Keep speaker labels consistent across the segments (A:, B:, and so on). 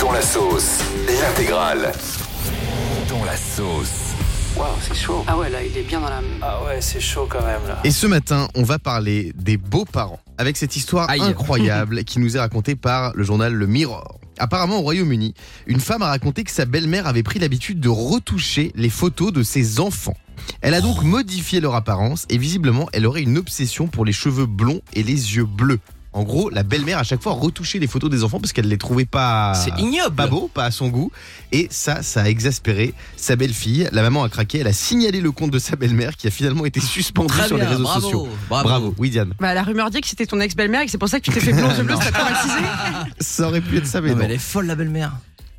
A: Dans la sauce, l'intégrale.
B: Dans la sauce.
C: Waouh, c'est chaud.
D: Ah ouais, là, il est bien dans la.
C: Ah ouais, c'est chaud quand même là.
E: Et ce matin, on va parler des beaux-parents. Avec cette histoire
B: Aïe.
E: incroyable qui nous est racontée par le journal Le Mirror. Apparemment, au Royaume-Uni, une femme a raconté que sa belle-mère avait pris l'habitude de retoucher les photos de ses enfants. Elle a
B: Oh.
E: donc modifié leur apparence et visiblement, elle aurait une obsession pour les cheveux blonds et les yeux bleus. En gros, la belle-mère à chaque fois retouchait les photos des enfants parce qu'elle les trouvait pas
B: C'est ignoble.
E: Ah. pas beau, pas à son goût. Et ça, ça a exaspéré sa belle-fille. La maman a craqué, elle a signalé le compte de sa belle-mère qui a finalement été suspendue
B: Très
E: sur
B: bien,
E: les réseaux
B: bravo,
E: sociaux.
B: Bravo.
E: oui Diane.
D: Bah, la rumeur dit que c'était ton ex-belle-mère et que c'est pour ça que tu t'es fait blond aux yeux bleus, ça t'a traumatisé.
E: Ça aurait pu être ça, mais
B: Non, mais
E: non.
B: elle est folle la belle-mère.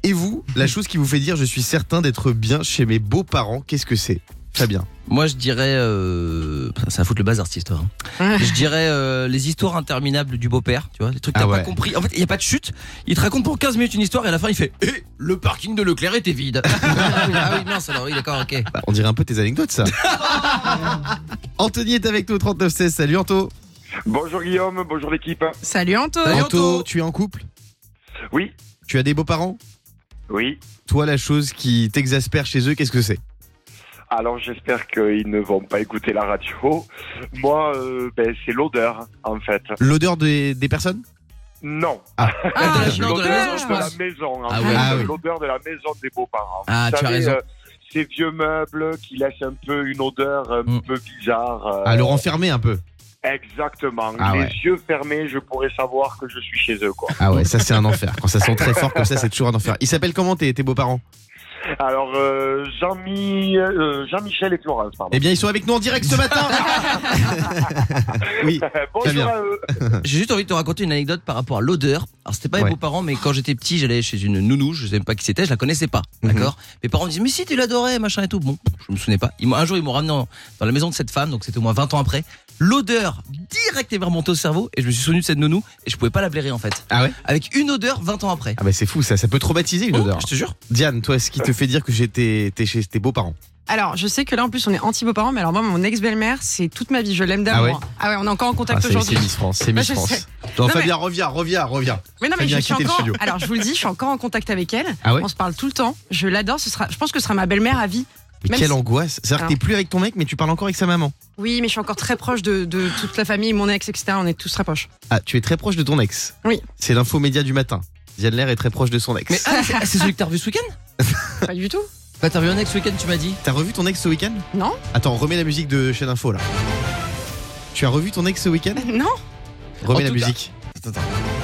E: Et vous, la chose qui vous fait dire je suis certain d'être bien chez mes beaux-parents, qu'est-ce que c'est Très bien.
B: Moi, je dirais. Euh... Ça, ça fout le bazar cette histoire. hein. je dirais euh, les histoires interminables du beau-père, tu vois, les trucs que
E: Ah
B: t'as
E: ouais.
B: pas compris. En fait, il n'y a pas de chute. Il te raconte pour 15 minutes une histoire et à la fin, il fait Eh, le parking de Leclerc était vide. ah oui, ah oui, non, ça, alors, oui, d'accord, ok.
E: Bah, on dirait un peu tes anecdotes, ça. Anthony est avec nous au 3916. Salut Anto.
F: Bonjour Guillaume, bonjour l'équipe.
D: Salut Anto.
B: Salut, Anto.
E: tu es en couple
F: Oui,
E: Tu as des beaux-parents
F: oui.
E: Toi, la chose qui t'exaspère chez eux, qu'est-ce que c'est
F: Alors j'espère qu'ils ne vont pas écouter la radio. Moi, euh, ben, c'est l'odeur en fait.
E: L'odeur des, des personnes
F: Non,
D: Ah,
B: Non, de la
D: l'odeur.
B: maison, je
F: de la
B: pense.
F: maison. en
B: Ah
F: fait.
B: ouais.
E: Ah oui.
F: L'odeur de la maison des beaux-parents.
B: Ah,
F: Vous
B: tu as
F: savez,
B: raison.
F: euh, ces vieux meubles qui laissent un peu une odeur un
B: Mm.
F: peu bizarre. euh,
E: À le renfermer un peu.
F: Exactement.
E: Ah
F: Les
E: ouais.
F: yeux fermés, je pourrais savoir que je suis chez eux. Quoi.
E: Ah ouais, ça c'est un enfer. Quand ça sent très fort comme ça, c'est toujours un enfer. Ils s'appellent comment tes, tes beaux-parents
F: Alors euh, Jean-Mi- euh, Jean-Michel et Florence, pardon.
E: Eh bien, ils sont avec nous en direct ce matin. oui. bien.
F: Euh, Bonjour à eux.
B: J'ai juste envie de te raconter une anecdote par rapport à l'odeur. Alors c'était pas mes
E: Ouais.
B: beaux-parents, mais quand j'étais petit, j'allais chez une nounou, je sais même pas qui c'était, je la connaissais pas,
E: Mhm.
B: d'accord. Mes parents me disaient mais si tu l'adorais, machin et tout. Bon, je me souvenais pas. Ils m'ont- un jour ils m'ont ramené en- dans la maison de cette femme, donc c'était au moins 20 ans après. L'odeur direct est remontée au cerveau et je me suis souvenu de cette nounou et je pouvais pas la blairer en fait.
E: Ah ouais
B: Avec une odeur 20 ans après.
E: Ah bah c'est fou ça, ça peut traumatiser une
B: Oh,
E: odeur.
B: je te jure.
E: Diane, toi, ce qui te fait dire que j'étais t'es chez tes beaux-parents
D: Alors, je sais que là, en plus, on est anti-beaux-parents, mais alors, moi, mon ex-belle-mère, c'est toute ma vie, je l'aime
E: Ah
D: d'amour.
E: ouais
D: ah ouais, on est encore en
E: Ah,
D: contact
E: C'est c'est
D: aujourd'hui.
E: Miss France, c'est
D: Bah,
E: Miss
D: je
E: France.
D: sais.
E: Non,
D: Non,
E: Fabien, reviens, reviens, reviens.
D: Mais non,
E: T'as
D: mais je
E: bien
D: suis
E: quitté le
D: encore.
E: studio.
D: Alors, je vous le dis, je suis encore en contact avec elle.
E: Ah ouais
D: on se parle tout le temps. Je l'adore. Ce sera, je pense que ce sera ma belle-mère à vie.
E: Mais
D: Même
E: quelle
D: si- Ah.
E: angoisse. C'est-à-dire que t'es plus avec ton mec, mais tu parles encore avec sa maman.
D: Oui, mais je suis encore très proche de, de toute la famille, mon ex, etc. On est tous très proches.
E: Ah, tu es très proche de ton ex.
D: Oui.
E: C'est l'info média du matin. Diane Lair est très proche de son ex.
B: Mais ah, c'est c'est celui que t'as revu ce week-end
D: Pas du tout.
B: Bah t'as revu un ex ce week-end, tu m'as dit.
E: T'as revu ton ex ce week-end
D: Non.
E: Attends, remets la musique de chaîne info là. Tu as revu ton ex ce week-end
D: Non.
B: En
E: Remets la
B: tout cas-
E: musique.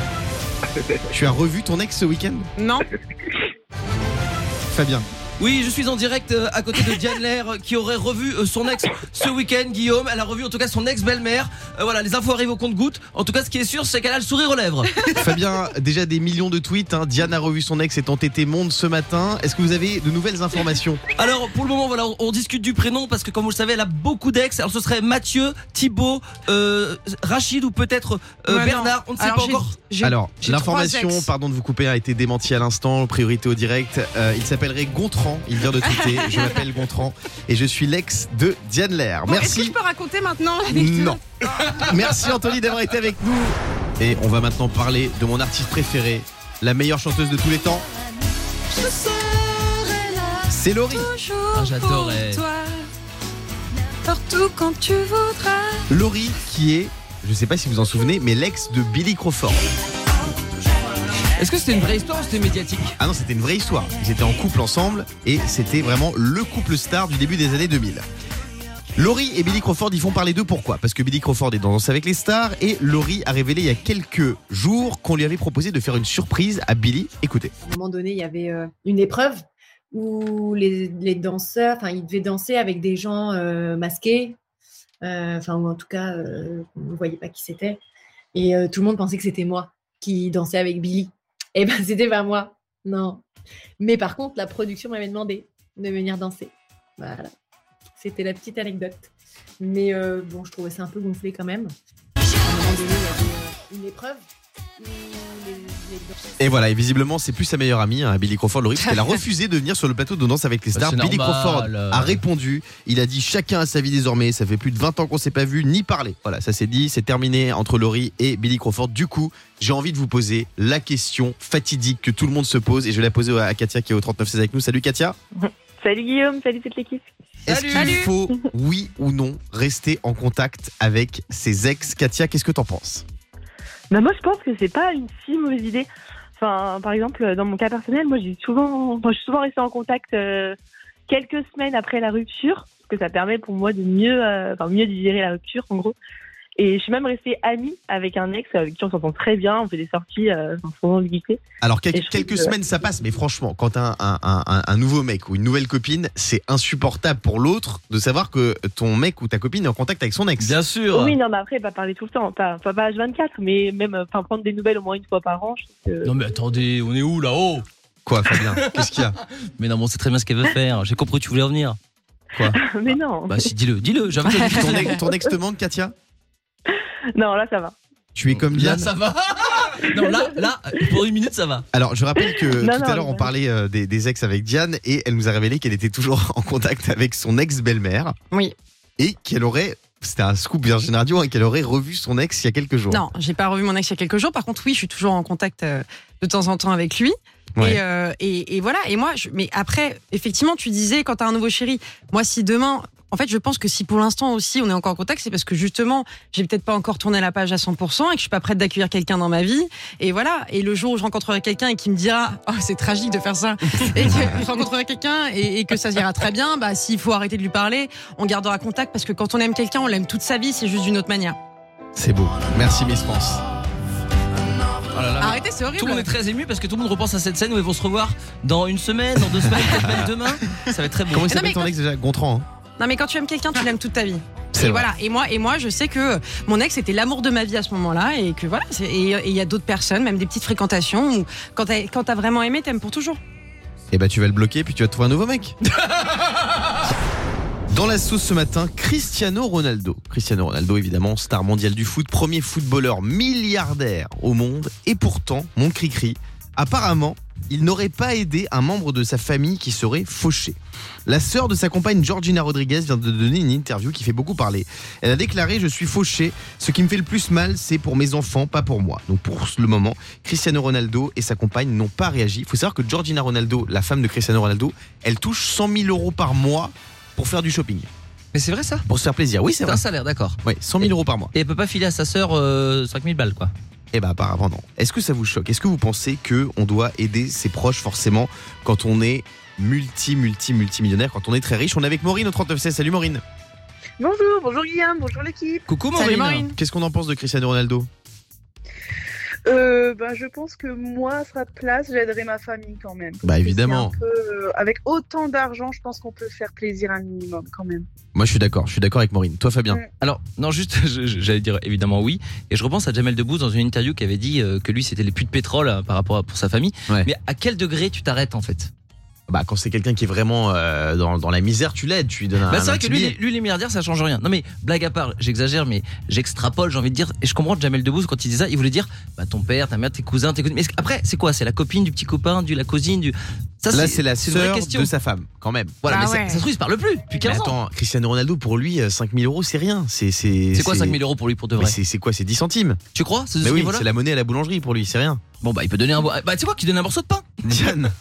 E: Tu as revu ton ex ce week-end
D: Non.
E: Fabien.
B: Oui, je suis en direct euh, à côté de Diane Lair euh, qui aurait revu euh, son ex ce week-end, Guillaume. Elle a revu en tout cas son ex-belle-mère. Euh, voilà, les infos arrivent au compte-goutte. En tout cas, ce qui est sûr, c'est qu'elle a le sourire aux lèvres.
E: Fabien, déjà des millions de tweets. hein. Diane a revu son ex et entêté monde ce matin. Est-ce que vous avez de nouvelles informations
B: Alors, pour le moment, voilà, on, on discute du prénom parce que, comme vous le savez, elle a beaucoup d'ex. Alors, ce serait Mathieu, Thibaut, euh, Rachid ou peut-être euh,
D: Ouais, non.
B: Bernard. On ne sait
D: Alors,
B: pas
D: j'ai-
B: encore.
D: j'ai-
E: Alors,
D: j'ai
E: l'information,
D: trois ex.
E: pardon de vous couper, a été démentie à l'instant. Priorité au direct. Euh, il s'appellerait Gontran. Il vient de tweeter. je m'appelle Gontran et je suis l'ex de Diane Lair.
D: Bon, Oh, Est-ce que
E: Merci.
D: je peux raconter maintenant l'anecdote
E: Non. Merci Anthony d'avoir été avec nous. Et on va maintenant parler de mon artiste préféré, la meilleure chanteuse de tous les temps. C'est Laurie.
B: Ah,
D: Toujours
B: j'adore,
D: pour
B: elle.
D: toi. Partout quand tu voudras.
E: Laurie qui est, je sais pas si vous en souvenez, mais l'ex de Billy Crawford.
B: Est-ce que c'était une vraie histoire ou c'était médiatique
E: Ah non, c'était une vraie histoire. Ils étaient en couple ensemble et c'était vraiment le couple star du début des années 2000. Laurie et Billy Crawford y font parler d'eux pourquoi Parce que Billy Crawford est dans Danse avec les stars et Laurie a révélé il y a quelques jours qu'on lui avait proposé de faire une surprise à Billy. Écoutez.
G: À un moment donné, il y avait euh, une épreuve où les, les danseurs, enfin, ils devaient danser avec des gens euh, masqués, euh, enfin, ou en tout cas, euh, on ne voyait pas qui c'était. Et euh, tout le monde pensait que c'était moi qui dansais avec Billy. Et ben, c'était pas moi, non. Mais par contre, la production m'avait demandé de venir danser. Voilà. C'était la petite anecdote. Mais euh, bon, je trouvais ça un peu gonflé quand même. À un moment donné, il y avait euh, une épreuve où les les danses.
E: Et voilà, et visiblement, c'est plus sa meilleure amie, hein, Billy Crawford, le riche, Elle a refusé de venir sur le plateau de Danse avec les
B: Bah,
E: stars.
B: c'est
E: Billy
B: normal.
E: Crawford a répondu. Il a dit chacun a sa vie désormais. Ça fait plus de 20 ans qu'on s'est pas vu ni parlé. Voilà, ça s'est dit. C'est terminé entre Laurie et Billy Crawford. Du coup, j'ai envie de vous poser la question fatidique que tout le monde se pose. Et je vais la poser à Katia qui est au 39 16 avec nous. Salut Katia.
H: Salut Guillaume, salut toute l'équipe.
E: Est-ce qu'il faut, oui ou non, rester en contact avec ses ex Katia, qu'est-ce que t'en penses
H: Bah moi je pense que c'est pas une si mauvaise idée. Enfin, par exemple, dans mon cas personnel, moi j'ai souvent, moi, je suis souvent restée en contact euh, quelques semaines après la rupture, parce que ça permet pour moi de mieux, euh, enfin mieux digérer la rupture en gros. Et je suis même restée amie avec un ex avec qui on s'entend très bien, on fait des sorties euh, sans trop ambiguïté.
E: Alors, quel-
H: Et je trouve
E: quelques
H: que-
E: semaines, ça passe, mais franchement, quand un, un, un- un- un nouveau mec ou une nouvelle copine, c'est insupportable pour l'autre de savoir que ton mec ou ta copine est en contact avec son ex.
B: Bien sûr.
H: Oui, non, mais après pas parler tout le temps, pas, enfin, pas H24, mais même, euh, enfin prendre des nouvelles au moins une fois par an. je trouve que-
B: Non mais attendez, on est où là-haut
E: Quoi, Fabien Qu'est-ce qu'il y a
B: Mais non, bon, c'est très bien ce qu'elle veut faire. J'ai compris, tu voulais revenir.
H: mais non,
B: Bah si, dis-le, dis-le. J'avais envie de
E: ton,
B: tourner.
E: ex, ton ex te manque, Katia
H: non, là ça va.
E: Tu es comme
B: Là,
E: Diane.
B: ça va. Non, là, là, pour une minute, ça va.
E: Alors, je rappelle que
H: Non,
E: tout à
H: non,
E: l'heure, on
H: non.
E: parlait euh, des, des ex avec Diane et elle nous a révélé qu'elle était toujours en contact avec son ex-belle-mère
D: Oui.
E: et qu'elle aurait, c'était un scoop Virgin Radio, hein, qu'elle aurait revu son ex il y a quelques jours.
D: Non, j'ai pas revu mon ex il y a quelques jours. Par contre, oui, je suis toujours en contact euh, de temps en temps avec lui.
E: Ouais.
D: Et, euh, et- et voilà. Et moi, je- mais après, effectivement, tu disais quand t'as un nouveau chéri, moi, si demain, en fait, je pense que si pour l'instant aussi on est encore en contact, c'est parce que justement, j'ai peut-être pas encore tourné la page à 100% et que je suis pas prête d'accueillir quelqu'un dans ma vie. Et voilà. Et le jour où je rencontrerai quelqu'un et qui me dira, oh, c'est tragique de faire ça, et que je rencontrerai quelqu'un et, et que ça ira très bien, bah, s'il faut arrêter de lui parler, on gardera contact parce que quand on aime quelqu'un, on l'aime toute sa vie, c'est juste d'une autre manière.
E: C'est beau. Merci, Miss France.
B: Oh là là, mais
D: Arrêtez, c'est horrible.
B: Tout le monde est très ému parce que tout le monde repense à cette scène où ils vont se revoir dans une semaine, dans deux semaines, peut-être même demain. Ça va être très beau.
E: Comment il
D: Non,
E: s'appelle
D: mais
E: ton
D: quand-
E: ex déjà Gontran. hein
D: Non mais quand tu aimes quelqu'un, tu l'aimes toute ta vie.
E: C'est
D: Et
E: vrai.
D: voilà. Et moi, et moi, je sais que mon ex était l'amour de ma vie à ce moment-là, et que voilà. c'est- Et et il y a d'autres personnes, même des petites fréquentations, où quand t'as quand t'as vraiment aimé, t'aimes pour toujours.
E: Et bah tu vas le bloquer puis tu vas trouver un nouveau mec. Dans la sauce ce matin, Cristiano Ronaldo. Cristiano Ronaldo, évidemment, star mondial du foot, premier footballeur milliardaire au monde. Et pourtant, mon cri-cri, apparemment, il n'aurait pas aidé un membre de sa famille qui serait fauché. La sœur de sa compagne Georgina Rodriguez vient de donner une interview qui fait beaucoup parler. Elle a déclaré Je suis fauchée. Ce qui me fait le plus mal, c'est pour mes enfants, pas pour moi. Donc pour le moment, Cristiano Ronaldo et sa compagne n'ont pas réagi. Il faut savoir que Georgina Ronaldo, la femme de Cristiano Ronaldo, elle touche 100 000 euros par mois pour faire du shopping,
B: Mais c'est vrai ça
E: pour se faire plaisir. Oui, c'est vrai.
B: un salaire, d'accord.
E: Ouais, 100 000 euros par mois.
B: Et elle peut pas filer à sa sœur 5000 balles, quoi.
E: Eh ben apparemment non. Est-ce que ça vous choque Est-ce que vous pensez que on doit aider ses proches forcément quand on est multi multi multimillionnaire, quand on est très riche On est avec Maureen au 3916. Salut Maureen.
H: Bonjour, bonjour Guillaume, bonjour l'équipe.
B: Coucou
D: Salut
B: Maureen.
D: Maureen.
E: Qu'est-ce qu'on en pense de Cristiano Ronaldo
I: Euh, bah, je pense que moi, à sa place, j'aiderais ma famille quand même.
E: Bah évidemment.
I: C'est un peu, euh, avec autant d'argent, je pense qu'on peut faire plaisir un minimum quand même.
E: Moi je suis d'accord. Je suis d'accord avec Maureen. Toi Fabien.
I: Mm.
B: Alors, non, juste, je- je- j'allais dire évidemment oui. Et je repense à Jamel Debbouze dans une interview qui avait dit euh, que lui, c'était les puits de pétrole euh, par rapport à pour sa famille.
E: Ouais.
B: Mais à quel degré tu t'arrêtes en fait
E: Bah quand c'est quelqu'un qui est vraiment euh, dans, dans la misère, tu l'aides, tu lui donnes un.
B: Bah, c'est
E: Ah, un
B: vrai que
E: petit
B: lui,
E: billet.
B: les- lui, les milliardaires, ça change rien. Non, mais blague à part, j'exagère, mais j'extrapole, j'ai envie de dire. Et je comprends Jamel Debbouze quand il dit ça, il voulait dire bah, ton père, ta mère, tes cousins, tes cousines. Mais est-ce que- après, c'est quoi C'est la copine du petit copain, du la cousine, du. Ça,
E: Là, c'est la
B: une vraie
E: sœur
B: question. Bah
E: de sa femme, quand même.
B: Voilà,
D: Ah
B: mais ça-
D: ouais.
B: ça, se trouve, il se parle plus depuis
E: Mais
B: 15 ans.
E: attends, Cristiano Ronaldo, pour lui, 5000 euros, c'est rien. C'est
B: C'est quoi 5000 euros pour lui pour de
E: Mais
B: vrai
E: c'est c'est quoi C'est 10 centimes
B: Tu crois C'est de
E: Mais
B: ce
E: oui,
B: niveau-là
E: c'est la monnaie à la boulangerie pour lui, c'est rien.
B: Bon, bah, il peut donner un. bo- Bah, tu sais quoi, qui donne un morceau de pain
E: Diane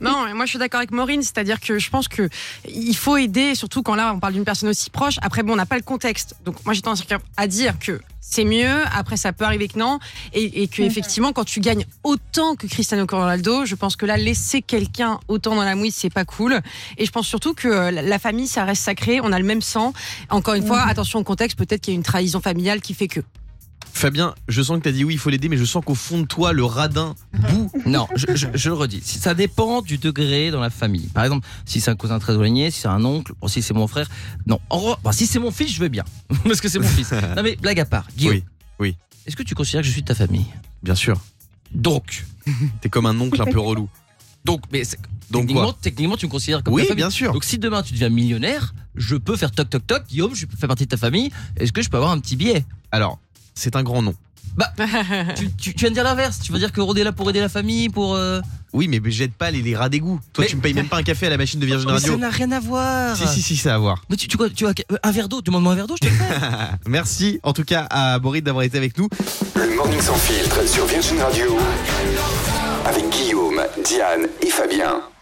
D: Non, et moi je suis d'accord avec Maureen, c'est-à-dire que je pense que il faut aider, surtout quand là on parle d'une personne aussi proche. Après, bon, on n'a pas le contexte, donc moi j'ai tendance à dire que c'est mieux. Après, ça peut arriver que non, et, et que effectivement, quand tu gagnes autant que Cristiano Ronaldo, je pense que là laisser quelqu'un autant dans la mouise, c'est pas cool. Et je pense surtout que euh, la- la famille, ça reste sacré. On a le même sang. Encore une fois, attention au contexte. Peut-être qu'il y a une trahison familiale qui fait que.
E: Fabien, je sens que t'as dit oui, il faut l'aider, mais je sens qu'au fond de toi, le radin.
B: Bouh. Non, je, je- je le redis. Si- Ça dépend du degré dans la famille. Par exemple, si c'est un cousin très éloigné, si c'est un oncle, bon, si c'est mon frère. Non, en re- bon, si c'est mon fils, je veux bien. Parce que c'est mon fils. Non, mais blague à part. Guillaume.
E: Oui, oui.
B: Est-ce que tu considères que je suis de ta famille
E: Bien sûr.
B: Donc.
E: T'es comme un oncle un peu relou.
B: Donc, mais c'est-
E: Donc
B: techniquement,
E: quoi
B: techniquement, tu me considères comme
E: Oui,
B: ta famille.
E: bien sûr.
B: Donc, si demain tu deviens millionnaire, je peux faire toc toc toc, Guillaume, je fais partie de ta famille. Est-ce que je peux avoir un petit billet
E: Alors, c'est un grand nom.
B: Tu, tu- tu viens de dire l'inverse. Tu veux dire que Rod est là pour aider la famille, pour. euh,
E: Oui, mais jette pas les, les rats d'égout. Toi,
B: Mais-
E: tu me payes même pas un café à la machine de Virgin
B: Mais ça
E: Radio.
B: n'a rien à voir.
E: Si, si, si, ça a à voir.
B: Mais tu, tu, quoi, tu as un verre d'eau Demande-moi un verre d'eau, je te le fais.
E: Merci en tout cas à Boris d'avoir été avec nous.
A: Le Morning Sans Filtre sur Virgin Radio avec Guillaume, Diane et Fabien.